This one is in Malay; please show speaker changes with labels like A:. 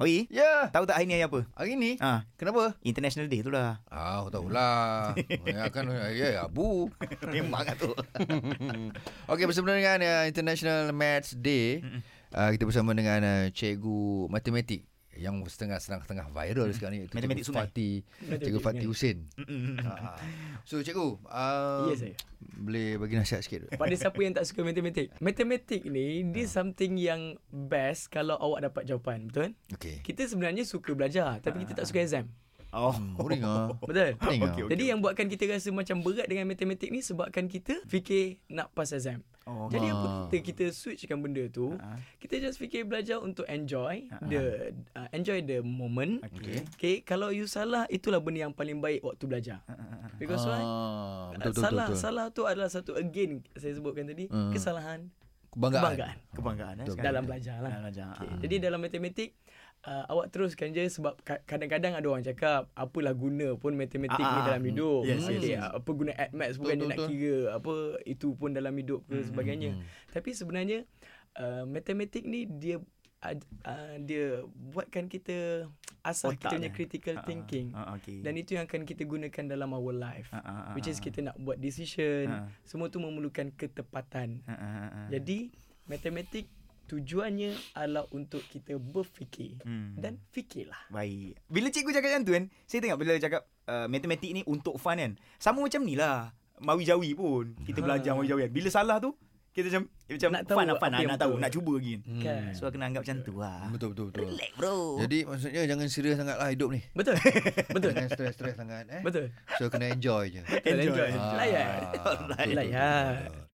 A: Oi,
B: Ya.
A: tahu tak hari ni hari apa?
B: Hari ni
A: Ha,
B: kenapa?
A: International Day tu lah.
B: Ah, aku tahulah. ya kan ya, ya abu.
A: Memang lah tu.
B: Okey, bersama dengan uh, International Maths Day, uh, kita bersama dengan uh, cikgu matematik yang setengah sedang setengah viral sekarang ni iaitu
A: Matematik
B: cikgu
A: sungai.
B: Fatih cikgu Fatih
C: Matematik sungai.
B: Husin. Ah. So cikgu, uh,
C: Ya, saya.
B: boleh bagi nasihat sikit tak?
C: Pada siapa yang tak suka matematik Matematik ni
B: Ah.
C: Dia something yang Best Kalau awak dapat jawapan Betul kan?
B: Okey.
C: Kita sebenarnya suka belajar Tapi kita tak
B: Ah.
C: suka exam
A: Oh.
C: Hmm.
B: Boring ah.
C: Betul?
B: Pening ah.
A: Okey, okey.
C: Jadi yang buatkan kita rasa macam berat dengan matematik ni Sebabkan kita fikir nak pass exam
A: Oh,
C: Jadi apa
B: Ah.
C: kita kita switchkan benda tu Kita just fikir belajar untuk enjoy
B: Ah.
C: the uh, Enjoy the moment
A: Okey.
C: okay Kalau you salah Itulah benda yang paling baik waktu belajar Because why?
B: Ah,
C: Uh,
B: betul, betul,
C: salah
B: betul, betul.
C: salah tu adalah satu again saya sebutkan tadi
B: Hmm.
C: kesalahan
B: Kebanggaan.
C: kebanggaan
A: Kebanggaan eh.
B: Betul.
A: sekarang.
C: dalam belajar lah.
A: Dalam belajar.
C: Okay.
A: Ah.
C: Jadi dalam matematik uh, awak teruskan je sebab ka- kadang-kadang ada orang cakap apalah guna pun matematik
A: Ah,
C: ni
A: ah.
C: dalam hidup.
A: Yes, yes,
C: Okay,
A: yes.
C: Apa guna admath bukan dia
B: betul,
C: nak
B: betul.
C: kira apa itu pun dalam hidup
A: Hmm,
C: ke sebagainya. Tapi sebenarnya uh, matematik ni dia ad- uh, dia buatkan kita asah
A: Otak
C: kita punya
A: dia.
C: critical
A: Ah, ah.
C: thinking.
A: Ah, okay.
C: Dan itu yang akan kita gunakan dalam our life.
A: Ah, ah, ah,
C: Which is
A: ah.
C: kita nak buat decision.
A: Ah.
C: Semua tu memerlukan ketepatan.
A: Ah, ah, ah, ah.
C: Jadi matematik tujuannya adalah untuk kita berfikir
A: Hmm.
C: dan fikirlah.
A: Baik. Bila cikgu cakap macam tu kan, saya tengok bila dia cakap uh, matematik ni untuk fun kan. Sama macam ni lah. Mawi Jawi pun. Kita belajar Mawi Jawi kan. Bila salah tu, kita macam eh, macam
C: Ha. Nak
A: fun
C: tahu
A: lah, fun
C: apa
A: lah,
C: yang
A: nak tahu,
C: betul.
A: nak cuba lagi. kan.
C: Kan?
A: So kena anggap macam tu lah.
B: Betul betul betul.
A: Relax oh. bro.
B: Jadi maksudnya jangan serius sangat lah hidup ni.
C: Betul. Betul.
B: Jangan stres-stres sangat eh.
C: Betul.
B: So kena enjoy je.
C: Betul.
A: Enjoy.
C: Enjoy. Layan.
B: Ah, betul, betul,
C: Layan.
B: betul, betul.